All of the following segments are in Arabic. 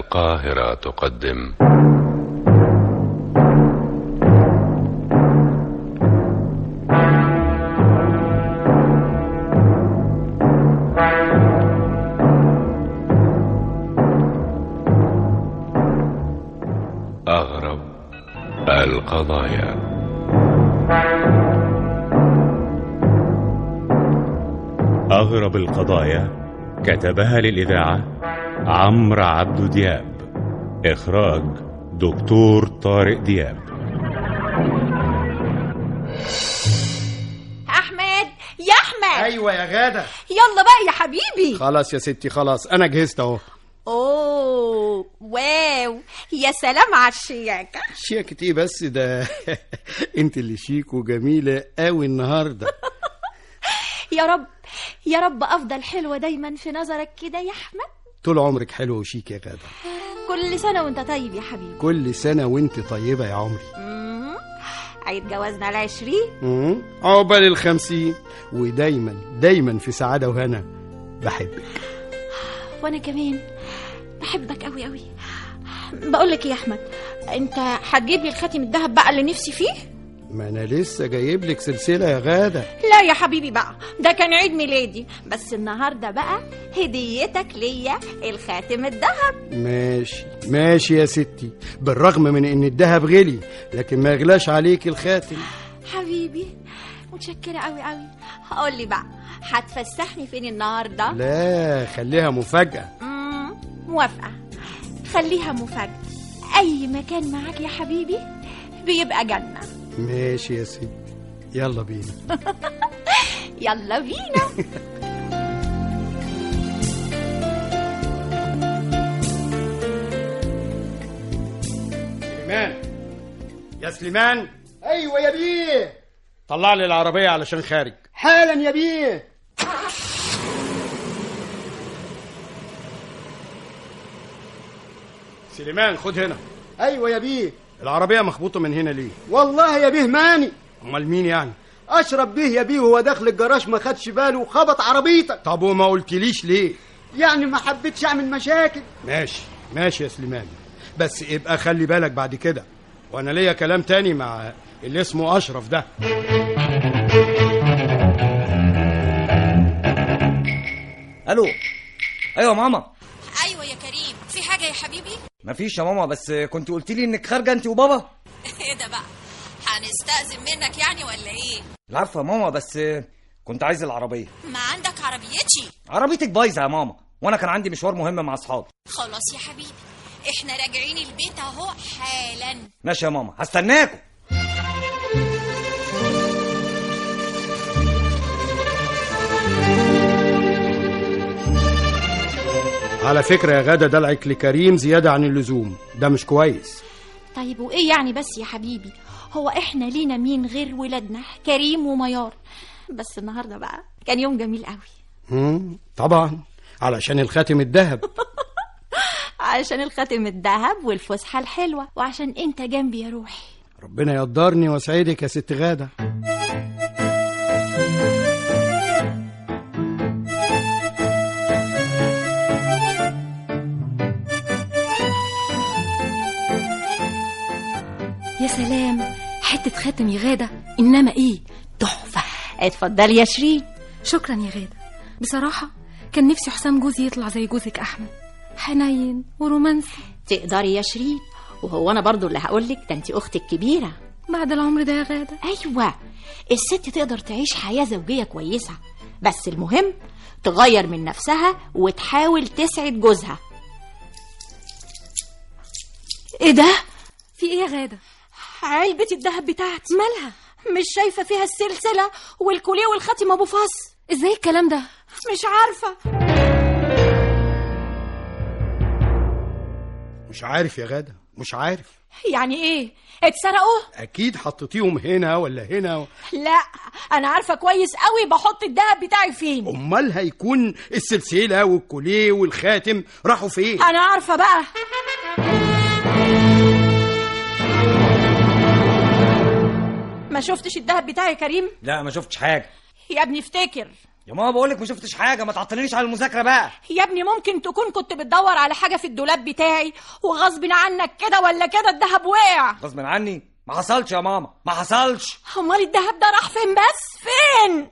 القاهرة تقدم أغرب القضايا أغرب القضايا كتبها للإذاعة عمرو عبد دياب إخراج دكتور طارق دياب احمد يا احمد ايوه يا غاده يلا بقى يا حبيبي خلاص يا ستي خلاص انا جهزت اهو اوه واو يا سلام على الشياكه شيكت ايه بس ده انت اللي شيك وجميله قوي النهارده يا رب يا رب افضل حلوه دايما في نظرك كده يا احمد طول عمرك حلوه وشيك يا غاده كل سنه وانت طيب يا حبيبي كل سنه وانت طيبه يا عمري مم. عيد جوازنا العشرين مم. عقبال الخمسين ودايما دايما في سعاده وهنا بحبك وانا كمان بحبك قوي قوي بقول لك إيه يا احمد انت هتجيب لي الخاتم الذهب بقى اللي نفسي فيه ما انا لسه جايب لك سلسله يا غاده لا يا حبيبي بقى ده كان عيد ميلادي بس النهارده بقى هديتك ليا الخاتم الذهب ماشي ماشي يا ستي بالرغم من ان الذهب غلي لكن ما يغلاش عليك الخاتم حبيبي متشكرة قوي قوي قول لي بقى هتفسحني فين النهاردة؟ لا خليها مفاجاه مم، موافقة خليها مفاجأة أي مكان معاك يا حبيبي بيبقى جنة ماشي يا ستي يلا بينا يلا بينا سليمان يا سليمان ايوه يا بيه طلع لي العربيه علشان خارج حالا يا بيه سليمان خد هنا ايوه يا بيه العربيه مخبوطه من هنا ليه والله يا بيه ماني امال مين يعني اشرب بيه يا بيه وهو داخل الجراج ما خدش باله وخبط عربيتك طب وما قلتليش ليه يعني ما حبيتش اعمل مشاكل ماشي ماشي يا سليمان بس ابقى خلي بالك بعد كده وانا ليا كلام تاني مع اللي اسمه اشرف ده الو ايوه ماما ايوه يا كريم في حاجه يا حبيبي مفيش يا ماما بس كنت قلت لي انك خارجه انت وبابا ايه ده بقى هنستأذن منك يعني ولا ايه لا عارفه يا ماما بس كنت عايز العربيه ما عندك عربيتي عربيتك بايظه يا ماما وانا كان عندي مشوار مهم مع اصحابي خلاص يا حبيبي احنا راجعين البيت اهو حالا ماشي يا ماما هستناكم على فكره يا غاده دلعك لكريم زياده عن اللزوم ده مش كويس طيب وإيه يعني بس يا حبيبي هو إحنا لينا مين غير ولادنا كريم وميار بس النهاردة بقى كان يوم جميل قوي مم، طبعا علشان الخاتم الذهب عشان الخاتم الذهب والفسحة الحلوة وعشان أنت جنبي يا روحي ربنا يقدرني واسعدك يا ست غاده يا سلام حتة خاتم يا غادة إنما إيه تحفة اتفضلي يا شيرين شكرا يا غادة بصراحة كان نفسي حسام جوزي يطلع زي جوزك أحمد حنين ورومانسي تقدري يا شيرين وهو انا برضو اللي هقولك ده انت اختي الكبيره بعد العمر ده يا غادة ايوه الست تقدر تعيش حياه زوجيه كويسه بس المهم تغير من نفسها وتحاول تسعد جوزها ايه ده في إيه يا غادة علبه الذهب بتاعتي مالها مش شايفه فيها السلسله والكوليه والخاتم ابو فص إزاي الكلام ده مش عارفه مش عارف يا غاده مش عارف يعني ايه اتسرقوا اكيد حطيتيهم هنا ولا هنا لا انا عارفه كويس قوي بحط الذهب بتاعي فين امال هيكون السلسله والكوليه والخاتم راحوا فين انا عارفه بقى ما شفتش الذهب بتاعي يا كريم لا ما شفتش حاجه يا ابني افتكر يا ماما بقول لك ما شفتش حاجه ما تعطلنيش على المذاكره بقى يا ابني ممكن تكون كنت بتدور على حاجة في الدولاب بتاعي وغصب عنك كده ولا كده الدهب وقع غصب عني ما حصلش يا ماما ما حصلش امال الدهب ده راح فين بس فين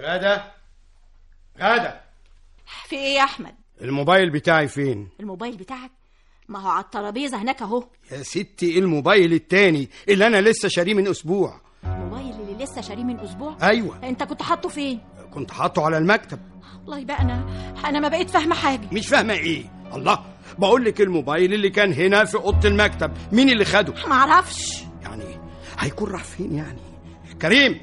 غدا غدا في ايه يا احمد الموبايل بتاعي فين الموبايل بتاعك ما هو على الترابيزة هناك اهو يا ستي الموبايل التاني اللي انا لسه شاريه من اسبوع الموبايل اللي لسه شاريه من اسبوع ايوه انت كنت حاطه فين كنت حاطه على المكتب والله بقى انا انا ما بقيت فاهمه حاجه مش فاهمه ايه الله بقول لك الموبايل اللي كان هنا في اوضه المكتب مين اللي خده ما اعرفش يعني هيكون راح فين يعني كريم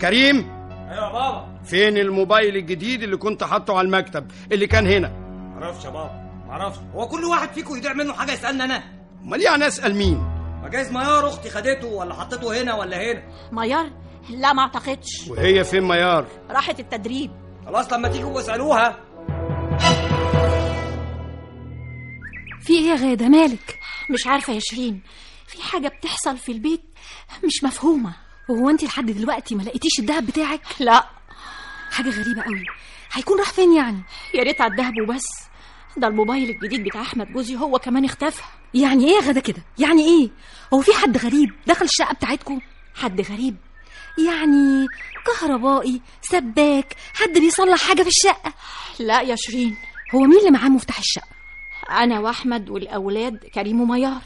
كريم ايوه يا بابا فين الموبايل الجديد اللي كنت حاطه على المكتب اللي كان هنا ما اعرفش يا بابا ما اعرفش هو كل واحد فيكم يضيع منه حاجه يسالني انا امال يعني اسال مين ما جايز ميار اختي خدته ولا حطيته هنا ولا هنا ميار لا ما اعتقدش وهي فين ميار راحت التدريب خلاص لما تيجوا واسالوها في ايه يا غاده مالك مش عارفه يا شيرين في حاجه بتحصل في البيت مش مفهومه وهو انت لحد دلوقتي ما لقيتيش الذهب بتاعك لا حاجه غريبه قوي هيكون راح فين يعني يا ريت على الدهب وبس ده الموبايل الجديد بتاع احمد جوزي هو كمان اختفى يعني ايه يا غاده كده يعني ايه هو في حد غريب دخل الشقه بتاعتكم حد غريب يعني كهربائي سباك حد بيصلح حاجه في الشقه لا يا شيرين هو مين اللي معاه مفتاح الشقه انا واحمد والاولاد كريم وميار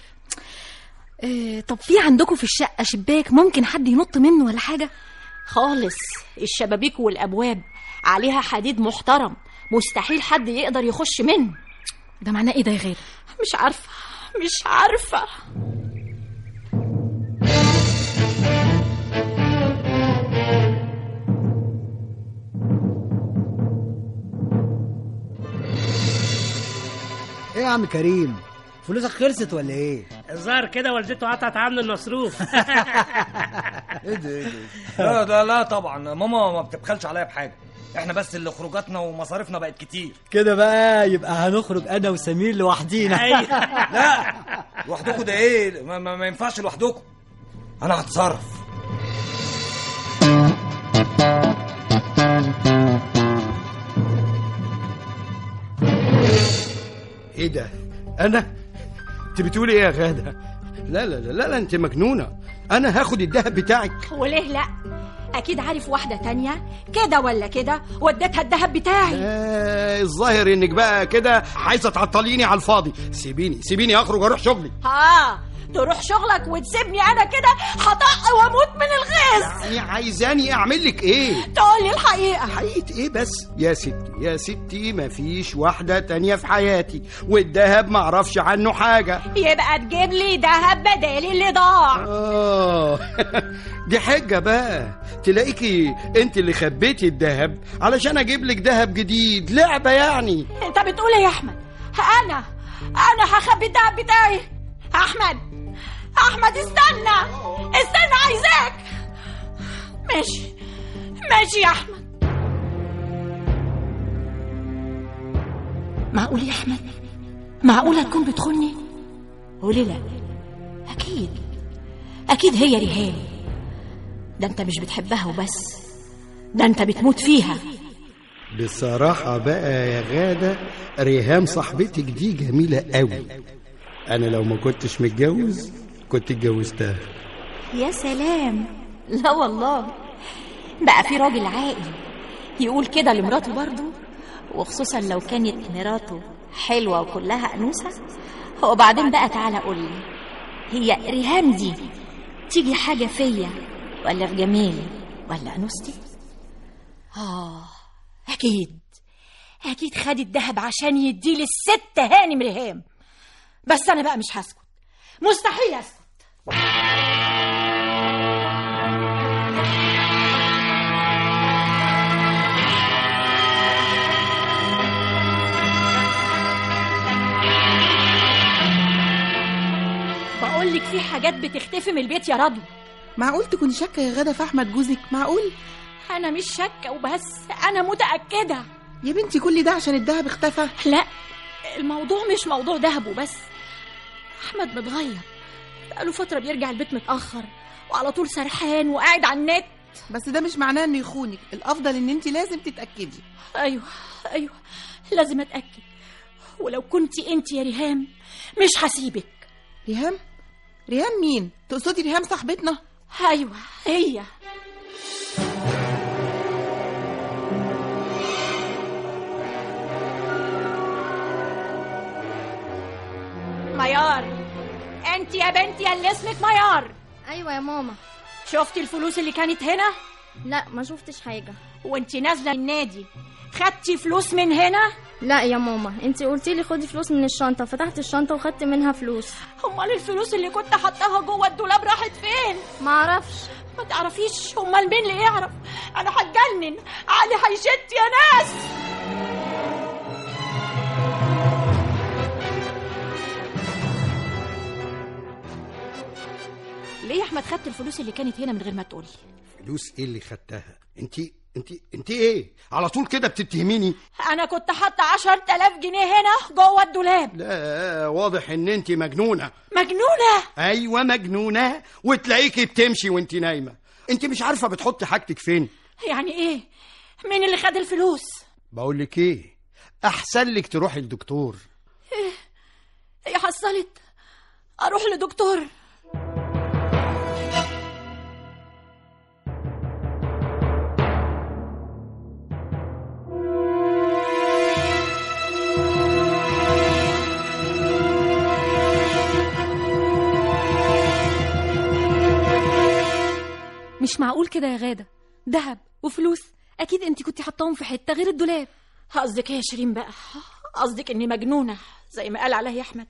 إيه طب في عندكم في الشقه شباك ممكن حد ينط منه ولا حاجه خالص الشبابيك والابواب عليها حديد محترم مستحيل حد يقدر يخش منه ده معناه ايه ده يا غاده مش عارفه مش عارفه إيه ايه يا عم كريم فلوسك خلصت ولا ايه؟ الظاهر كده والدته قطعت عنه المصروف ايه ده ايه ده؟ لا لا لا طبعا ماما ما بتبخلش عليا بحاجه احنا بس اللي خروجاتنا ومصاريفنا بقت كتير كده بقى يبقى هنخرج انا وسمير لوحدينا أيوه. أيوة. لا لوحدكم ده ايه ما, ما, ما ينفعش لوحدكم انا هتصرف ايه ده انا انت بتقولي ايه يا غاده لا لا لا لا, لا انت مجنونه انا هاخد الذهب بتاعك وليه لا اكيد عارف واحده تانية كده ولا كده وديتها الذهب بتاعي آه الظاهر انك بقى كده عايزه تعطليني على الفاضي سيبيني سيبيني اخرج اروح شغلي اه تروح شغلك وتسيبني انا كده هطق واموت من الغيظ يعني عايزاني اعمل لك ايه تقول لي الحقيقه حقيقة ايه بس يا ستي يا ستي مفيش واحدة تانية في حياتي والدهب معرفش عنه حاجة يبقى تجيب لي دهب بدال اللي ضاع آه دي حجة بقى تلاقيكي انت اللي خبيتي الذهب علشان اجيب لك ذهب جديد لعبة يعني انت بتقول ايه يا احمد انا انا هخبي الدهب بتاعي ايه؟ احمد احمد استنى استنى عايزاك ماشي ماشي يا احمد معقول يا احمد معقوله تكون بتخوني قولي لا اكيد اكيد هي ريهام ده انت مش بتحبها وبس ده انت بتموت فيها بصراحة بقى يا غادة ريهام صاحبتك دي جميلة قوي أنا لو ما كنتش متجوز كنت اتجوزتها يا سلام لا والله بقى في راجل عاقل يقول كده لمراته برضه وخصوصا لو كانت مراته حلوة وكلها أنوثة وبعدين بقى تعالى قولي هي ريهام دي تيجي حاجة فيا ولا في جمالي ولا أنوثتي آه أكيد أكيد خد الدهب عشان يديه للست هانم ريهام بس أنا بقى مش هسكت مستحيل أسكت بقول لك في حاجات بتختفي من البيت يا رضوى معقول تكون شاكة يا غادة في أحمد جوزك معقول أنا مش شاكة وبس أنا متأكدة يا بنتي كل ده عشان الدهب اختفى لا الموضوع مش موضوع دهب وبس أحمد متغير بقاله فترة بيرجع البيت متأخر وعلى طول سرحان وقاعد على النت بس ده مش معناه انه يخونك الافضل ان انت لازم تتاكدي ايوه ايوه لازم اتاكد ولو كنت انت يا ريهام مش هسيبك ريهام ريهام مين تقصدي ريهام صاحبتنا ايوه هي ميار انت يا بنتي يا اللي اسمك ميار ايوه يا ماما شفتي الفلوس اللي كانت هنا لا ما شفتش حاجه وانت نازله النادي خدتي فلوس من هنا لا يا ماما انت قلتي لي خدي فلوس من الشنطه فتحت الشنطه وخدت منها فلوس امال الفلوس اللي كنت حطاها جوه الدولاب راحت فين ما اعرفش ما تعرفيش امال مين اللي يعرف انا هتجنن علي هيشت يا ناس ليه يا احمد خدت الفلوس اللي كانت هنا من غير ما تقولي فلوس ايه اللي خدتها انت انت انت ايه على طول كده بتتهميني انا كنت حاطه 10000 جنيه هنا جوه الدولاب آه، لا واضح ان انت مجنونه مجنونه أيوة، ايوه مجنونه وتلاقيكي بتمشي وانت نايمه انت مش عارفه بتحطي حاجتك فين يعني ايه مين اللي خد الفلوس بقول لك إيه؟ ايه احسن لك تروحي لدكتور ايه هي حصلت اروح لدكتور مش معقول كده يا غاده ذهب وفلوس اكيد انت كنت حطاهم في حته غير الدولاب قصدك ايه يا شيرين بقى قصدك اني مجنونه زي ما قال عليا احمد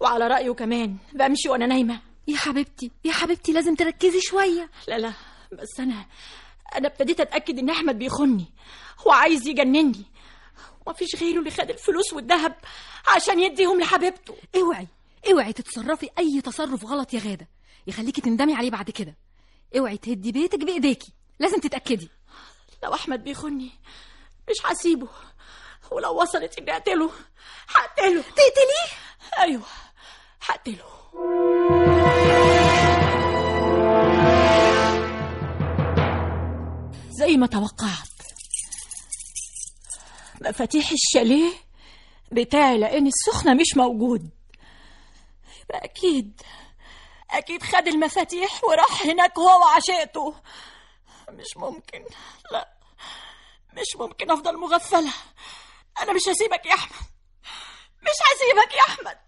وعلى رايه كمان بمشي وانا نايمه يا حبيبتي يا حبيبتي لازم تركزي شويه لا لا بس انا انا ابتديت اتاكد ان احمد بيخوني وعايز يجنني ومفيش غيره اللي خد الفلوس والذهب عشان يديهم لحبيبته اوعي اوعي تتصرفي اي تصرف غلط يا غاده يخليكي تندمي عليه بعد كده اوعي تهدي بيتك بايديكي لازم تتاكدي لو احمد بيخوني مش هسيبه ولو وصلت اني اقتله هقتله تقتليه ايوه هقتله زي ما توقعت مفاتيح الشاليه بتاعي لان السخنه مش موجود يبقى اكيد أكيد خد المفاتيح وراح هناك هو وعشيقته مش ممكن لا مش ممكن أفضل مغفلة أنا مش هسيبك يا أحمد مش هسيبك يا أحمد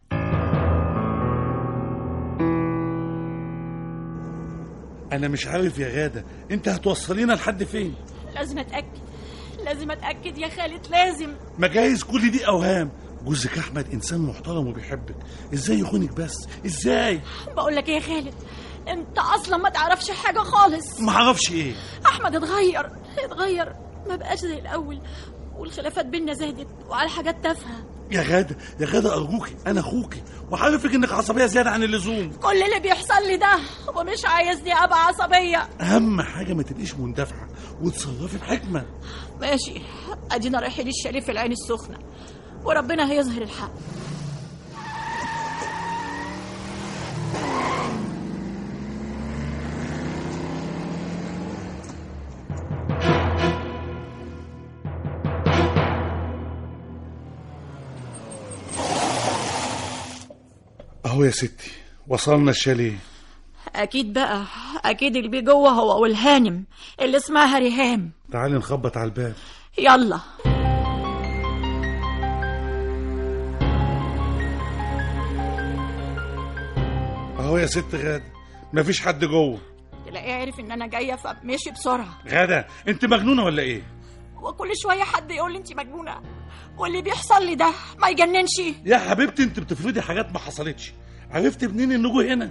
أنا مش عارف يا غادة أنت هتوصلينا لحد فين لازم أتأكد لازم أتأكد يا خالد لازم ما جايز كل دي أوهام جوزك احمد انسان محترم وبيحبك ازاي يخونك بس ازاي بقول لك ايه يا خالد انت اصلا ما تعرفش حاجه خالص ما اعرفش ايه احمد اتغير اتغير ما بقاش زي الاول والخلافات بينا زادت وعلى حاجات تافهه يا غاده يا غاده ارجوكي انا اخوكي وعارفك انك عصبيه زياده عن اللزوم كل اللي بيحصل لي ده ومش عايزني ابقى عصبيه اهم حاجه ما تبقيش مندفعه وتصرفي بحكمه ماشي ادينا رايحين الشاليه في العين السخنه وربنا هيظهر الحق اهو يا ستي وصلنا الشاليه اكيد بقى اكيد اللي بيه جوه هو والهانم اللي اسمها ريهام تعالي نخبط على الباب يلا اهو يا ست غاده مفيش حد جوه تلاقيه عرف ان انا جايه فمشي بسرعه غاده انت مجنونه ولا ايه وكل شويه حد يقول لي انت مجنونه واللي بيحصل لي ده ما يجننش يا حبيبتي انت بتفرضي حاجات ما حصلتش عرفت منين ان جو هنا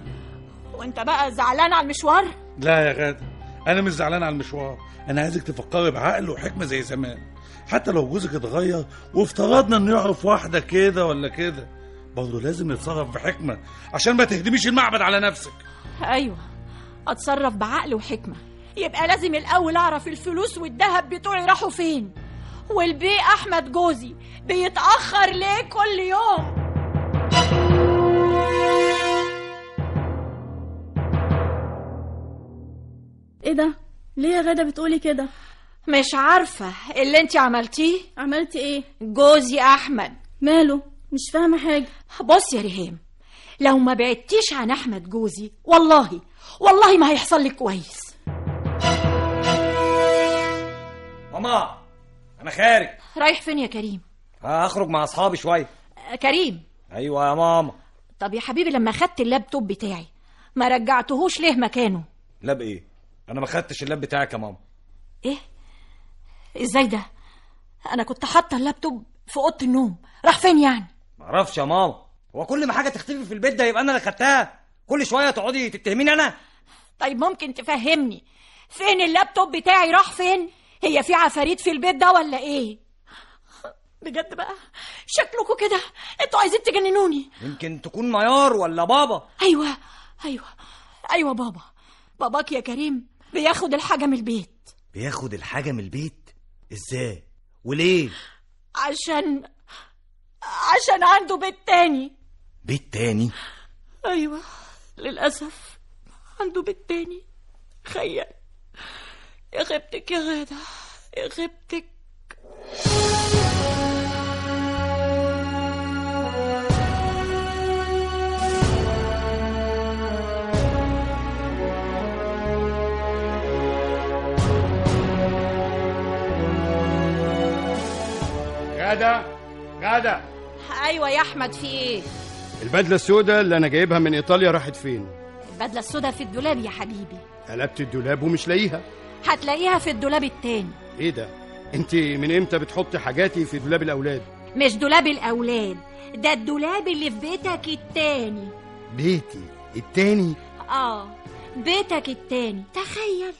وانت بقى زعلان على المشوار لا يا غاده انا مش زعلان على المشوار انا عايزك تفكري بعقل وحكمه زي زمان حتى لو جوزك اتغير وافترضنا انه يعرف واحده كده ولا كده برضه لازم نتصرف بحكمة عشان ما تهدميش المعبد على نفسك أيوة أتصرف بعقل وحكمة يبقى لازم الأول أعرف الفلوس والذهب بتوعي راحوا فين والبي أحمد جوزي بيتأخر ليه كل يوم ايه ده ليه يا غاده بتقولي كده مش عارفة اللي انت عملتيه عملتي ايه جوزي أحمد ماله مش فاهمة حاجة بص يا ريهام لو ما بعدتيش عن أحمد جوزي والله والله ما هيحصل لك كويس ماما انا خارج رايح فين يا كريم هخرج مع اصحابي شويه آه، كريم ايوه يا ماما طب يا حبيبي لما خدت اللابتوب بتاعي ما رجعتهوش ليه مكانه لاب ايه انا ما خدتش اللاب بتاعك يا ماما ايه ازاي ده انا كنت حاطه اللابتوب في اوضه النوم راح فين يعني معرفش يا ماما هو كل ما حاجه تختفي في البيت ده يبقى انا اللي خدتها كل شويه تقعدي تتهميني انا طيب ممكن تفهمني فين اللابتوب بتاعي راح فين هي في عفاريت في البيت ده ولا ايه بجد بقى شكلكوا كده انتوا عايزين تجننوني يمكن تكون ميار ولا بابا ايوه ايوه ايوه بابا باباك يا كريم بياخد الحاجه من البيت بياخد الحاجه من البيت ازاي وليه عشان عشان عنده بيت تاني بيت تاني ايوه للاسف عنده بيت تاني خيال يا غبتك يا غاده يا غبتك غدا غدا ايوه يا احمد في ايه البدلة السوداء اللي أنا جايبها من إيطاليا راحت فين؟ البدله السوداء في الدولاب يا حبيبي قلبت الدولاب ومش لاقيها هتلاقيها في الدولاب التاني إيه ده؟ أنت من إمتى بتحطي حاجاتي في دولاب الأولاد؟ مش دولاب الاولاد ده الدولاب اللي في بيتك التاني بيتي التاني اه بيتك التاني تخيل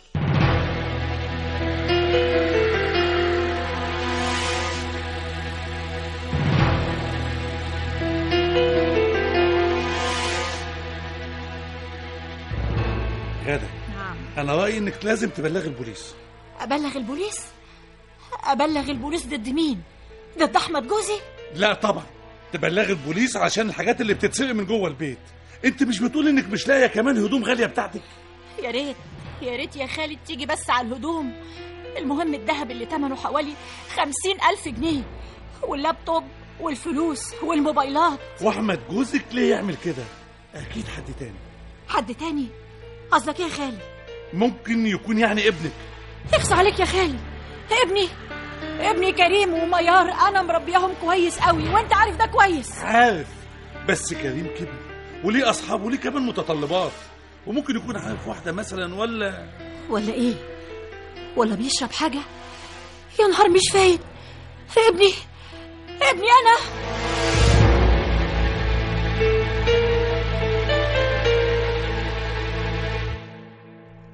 غدا نعم انا رايي انك لازم تبلغ البوليس ابلغ البوليس ابلغ البوليس ضد مين ضد احمد جوزي لا طبعا تبلغ البوليس عشان الحاجات اللي بتتسرق من جوه البيت انت مش بتقول انك مش لاقيه كمان هدوم غاليه بتاعتك يا ريت يا ريت يا خالد تيجي بس على الهدوم المهم الذهب اللي تمنه حوالي خمسين ألف جنيه واللابتوب والفلوس والموبايلات واحمد جوزك ليه يعمل كده اكيد حد تاني حد تاني قصدك ايه يا خالد ممكن يكون يعني ابنك يخص عليك يا خالد ابني ابني كريم وميار انا مربياهم كويس قوي وانت عارف ده كويس عارف بس كريم كده وليه اصحاب وليه كمان متطلبات وممكن يكون عارف واحده مثلا ولا ولا ايه ولا بيشرب حاجه يا نهار مش فايت ابني ابني انا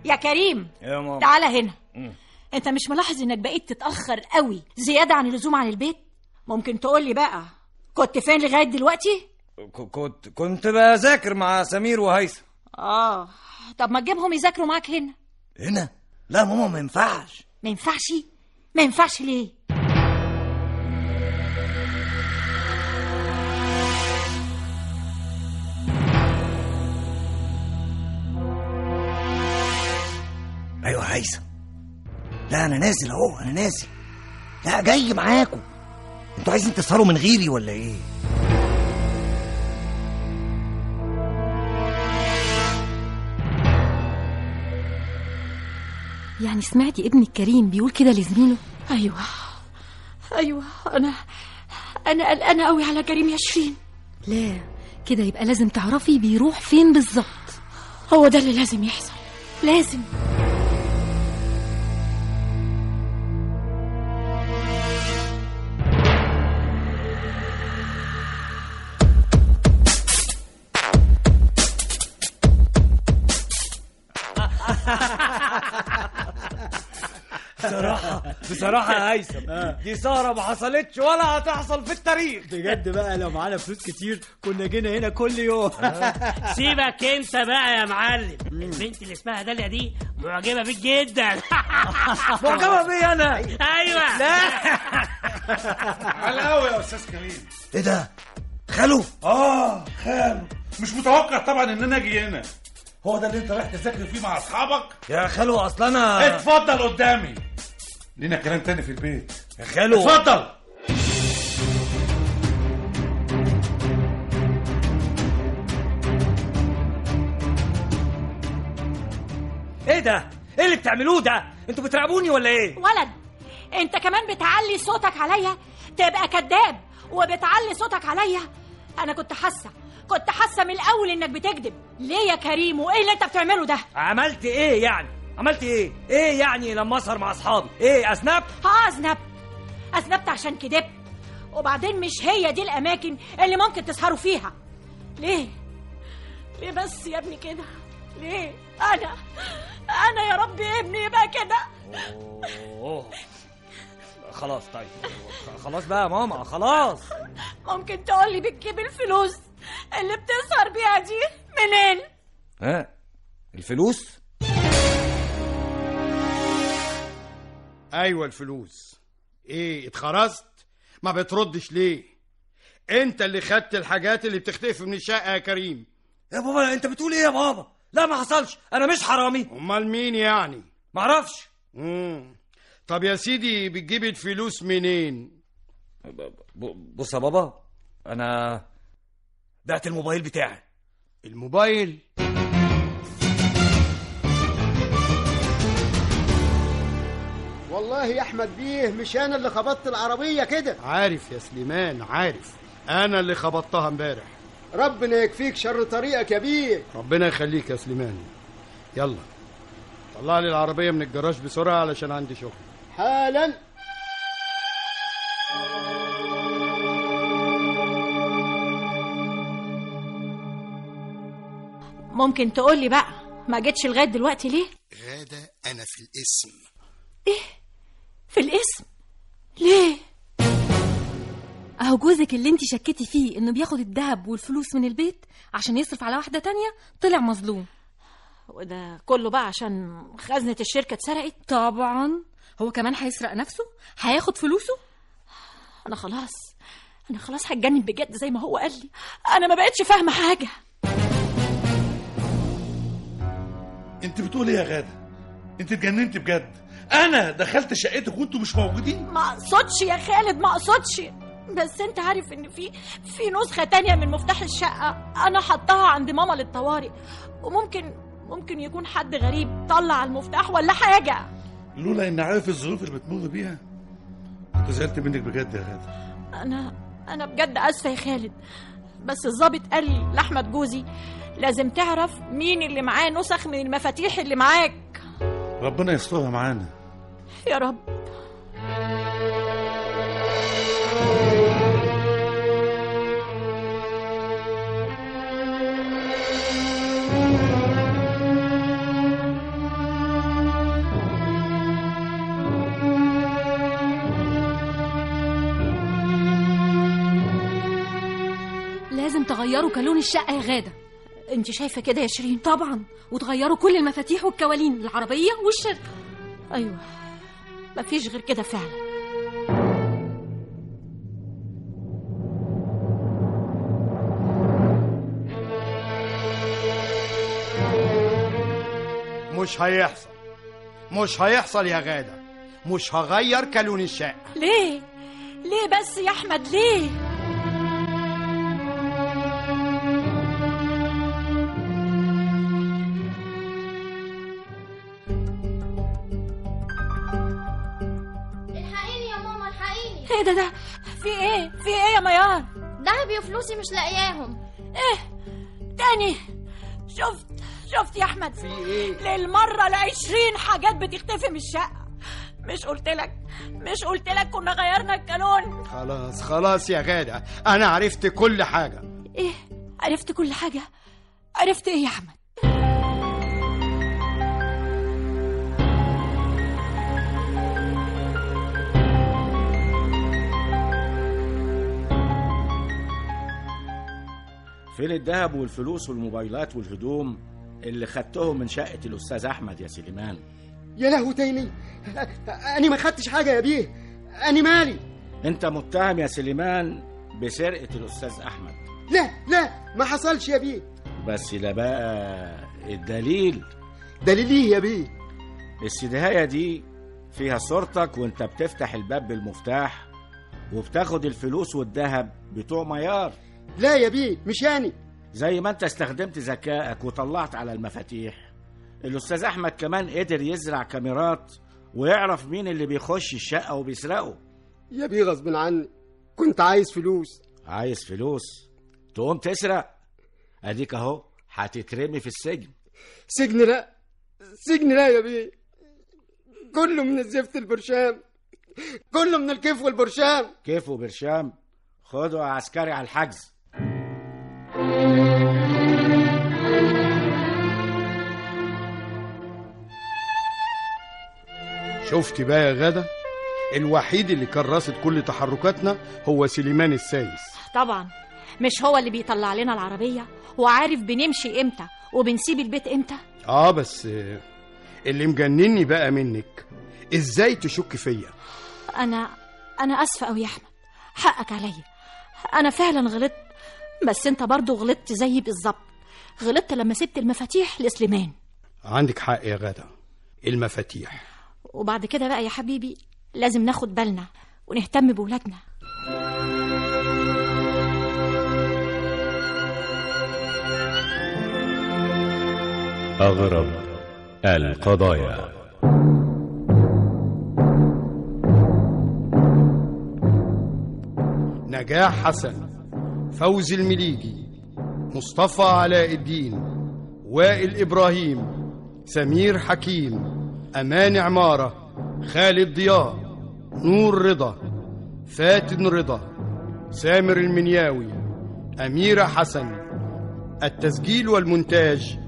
يا كريم يا ماما تعالى هنا مم. انت مش ملاحظ انك بقيت تتاخر قوي زياده عن اللزوم عن البيت ممكن تقول لي بقى كنت فين لغايه دلوقتي ك- كنت كنت بذاكر مع سمير وهيثم اه طب ما تجيبهم يذاكروا معاك هنا هنا لا ماما ما ينفعش ما ينفعش ما ينفعش ليه ايوه هيثم لا انا نازل اهو انا نازل لا جاي معاكم انتوا عايزين تسهروا من غيري ولا ايه يعني سمعتي ابنك كريم بيقول كده لزميله ايوه ايوه انا انا قلقانه قوي على كريم يا شيرين لا كده يبقى لازم تعرفي بيروح فين بالظبط هو ده اللي لازم يحصل لازم بصراحه بصراحه يا هيثم دي سهره ما حصلتش ولا هتحصل في التاريخ بجد بقى لو معانا فلوس كتير كنا جينا هنا كل يوم سيبك انت بقى يا معلم البنت اللي اسمها داليا دي معجبه بيك جدا معجبه بيا انا ايوه لا على قوي يا استاذ كريم ايه إيه ده خلو اه خالو مش متوقع طبعا ان انا اجي هنا هو ده اللي انت رايح تذاكر فيه مع اصحابك يا خالو اصل انا اتفضل قدامي لينا كلام تاني في البيت يا خالو اتفضل ايه ده ايه اللي بتعملوه ده انتوا بترعبوني ولا ايه ولد انت كمان بتعلي صوتك عليا تبقى كذاب وبتعلي صوتك عليا انا كنت حاسه كنت حاسه من الاول انك بتكذب ليه يا كريم وايه اللي انت بتعمله ده عملت ايه يعني عملت ايه ايه يعني لما اسهر مع اصحابي ايه اذنبت اه اذنبت اذنبت عشان كدبت وبعدين مش هي دي الاماكن اللي ممكن تسهروا فيها ليه ليه بس يا ابني كده ليه انا انا يا رب ابني يبقى كده أوه. خلاص طيب خلاص بقى يا ماما خلاص ممكن تقولي بتجيب الفلوس اللي بتسهر بيها دي منين ها الفلوس ايوه الفلوس ايه اتخرست ما بتردش ليه انت اللي خدت الحاجات اللي بتختفي من الشقه يا كريم يا بابا انت بتقول ايه يا بابا لا ما حصلش انا مش حرامي امال مين يعني معرفش مم. طب يا سيدي بتجيب الفلوس منين بص يا بابا انا بعت الموبايل بتاعي الموبايل والله يا احمد بيه مش انا اللي خبطت العربيه كده عارف يا سليمان عارف انا اللي خبطتها امبارح ربنا يكفيك شر طريقك يا بيه ربنا يخليك يا سليمان يلا طلع لي العربيه من الجراج بسرعه علشان عندي شغل حالا ممكن تقولي بقى ما جيتش لغايه دلوقتي ليه غادة أنا في الاسم إيه؟ في الاسم ليه اهو جوزك اللي انت شكيتي فيه انه بياخد الذهب والفلوس من البيت عشان يصرف على واحده تانية طلع مظلوم وده كله بقى عشان خزنه الشركه اتسرقت طبعا هو كمان هيسرق نفسه هياخد فلوسه انا خلاص انا خلاص هتجنن بجد زي ما هو قال لي انا ما بقتش فاهمه حاجه انت بتقول ايه يا غاده انت اتجننت بجد انا دخلت شقتك وانتوا مش موجودين ما اقصدش يا خالد ما اقصدش بس انت عارف ان في في نسخه تانية من مفتاح الشقه انا حطاها عند ماما للطوارئ وممكن ممكن يكون حد غريب طلع المفتاح ولا حاجه لولا ان عارف الظروف اللي بتمر بيها كنت زعلت منك بجد يا غاده انا انا بجد اسفه يا خالد بس الظابط قال لي لاحمد جوزي لازم تعرف مين اللي معاه نسخ من المفاتيح اللي معاك ربنا يسترها معانا يا رب لازم تغيروا كالون الشقه يا غاده انت شايفه كده يا شيرين طبعا وتغيروا كل المفاتيح والكوالين العربيه والشركه ايوه مفيش غير كده فعلا مش هيحصل مش هيحصل يا غاده مش هغير كالون الشقه ليه ليه بس يا احمد ليه الحقيني يا ماما الحقيني ايه ده ده في ايه في ايه يا ميار دهبي وفلوسي مش لاقياهم تاني شفت شفت يا احمد في ايه للمره العشرين حاجات بتختفي من الشقه مش قلت لك مش قلت لك كنا غيرنا الكالون خلاص خلاص يا غاده انا عرفت كل حاجه ايه عرفت كل حاجه عرفت ايه يا احمد فين الذهب والفلوس والموبايلات والهدوم اللي خدتهم من شقة الأستاذ أحمد يا سليمان يا لهو تاني انا ما خدتش حاجه يا بيه انا مالي أنت متهم يا سليمان بسرقة الأستاذ أحمد لا لا ما حصلش يا بيه بس ده بقى الدليل دليل ايه يا بيه السدهاية دي فيها صورتك وانت بتفتح الباب بالمفتاح وبتاخد الفلوس والذهب بتوع ميار لا يا بيه مش يعني زي ما انت استخدمت ذكائك وطلعت على المفاتيح الاستاذ احمد كمان قدر يزرع كاميرات ويعرف مين اللي بيخش الشقه وبيسرقه يا بيه غصب عني كنت عايز فلوس عايز فلوس تقوم تسرق اديك اهو هتترمي في السجن سجن لا سجن لا يا بيه كله من الزفت البرشام كله من الكيف والبرشام كيف وبرشام خدوا يا عسكري على الحجز شفت بقى يا غدا الوحيد اللي كان راصد كل تحركاتنا هو سليمان السايس طبعا مش هو اللي بيطلع لنا العربية وعارف بنمشي امتى وبنسيب البيت امتى اه بس آه، اللي مجنني بقى منك ازاي تشك فيا أنا أنا آسفة أوي يا أحمد حقك عليا أنا فعلا غلطت بس أنت برضو غلطت زيي بالظبط غلطت لما سبت المفاتيح لسليمان عندك حق يا غدا المفاتيح وبعد كده بقى يا حبيبي لازم ناخد بالنا ونهتم بولادنا أغرب القضايا نجاح حسن فوزي المليجي مصطفى علاء الدين وائل إبراهيم سمير حكيم أمان عمارة خالد ضياء نور رضا فاتن رضا سامر المنياوي أميرة حسن التسجيل والمونتاج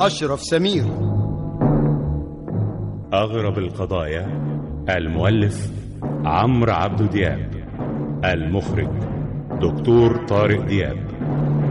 أشرف سمير أغرب القضايا المؤلف عمرو عبد دياب المخرج دكتور طارق دياب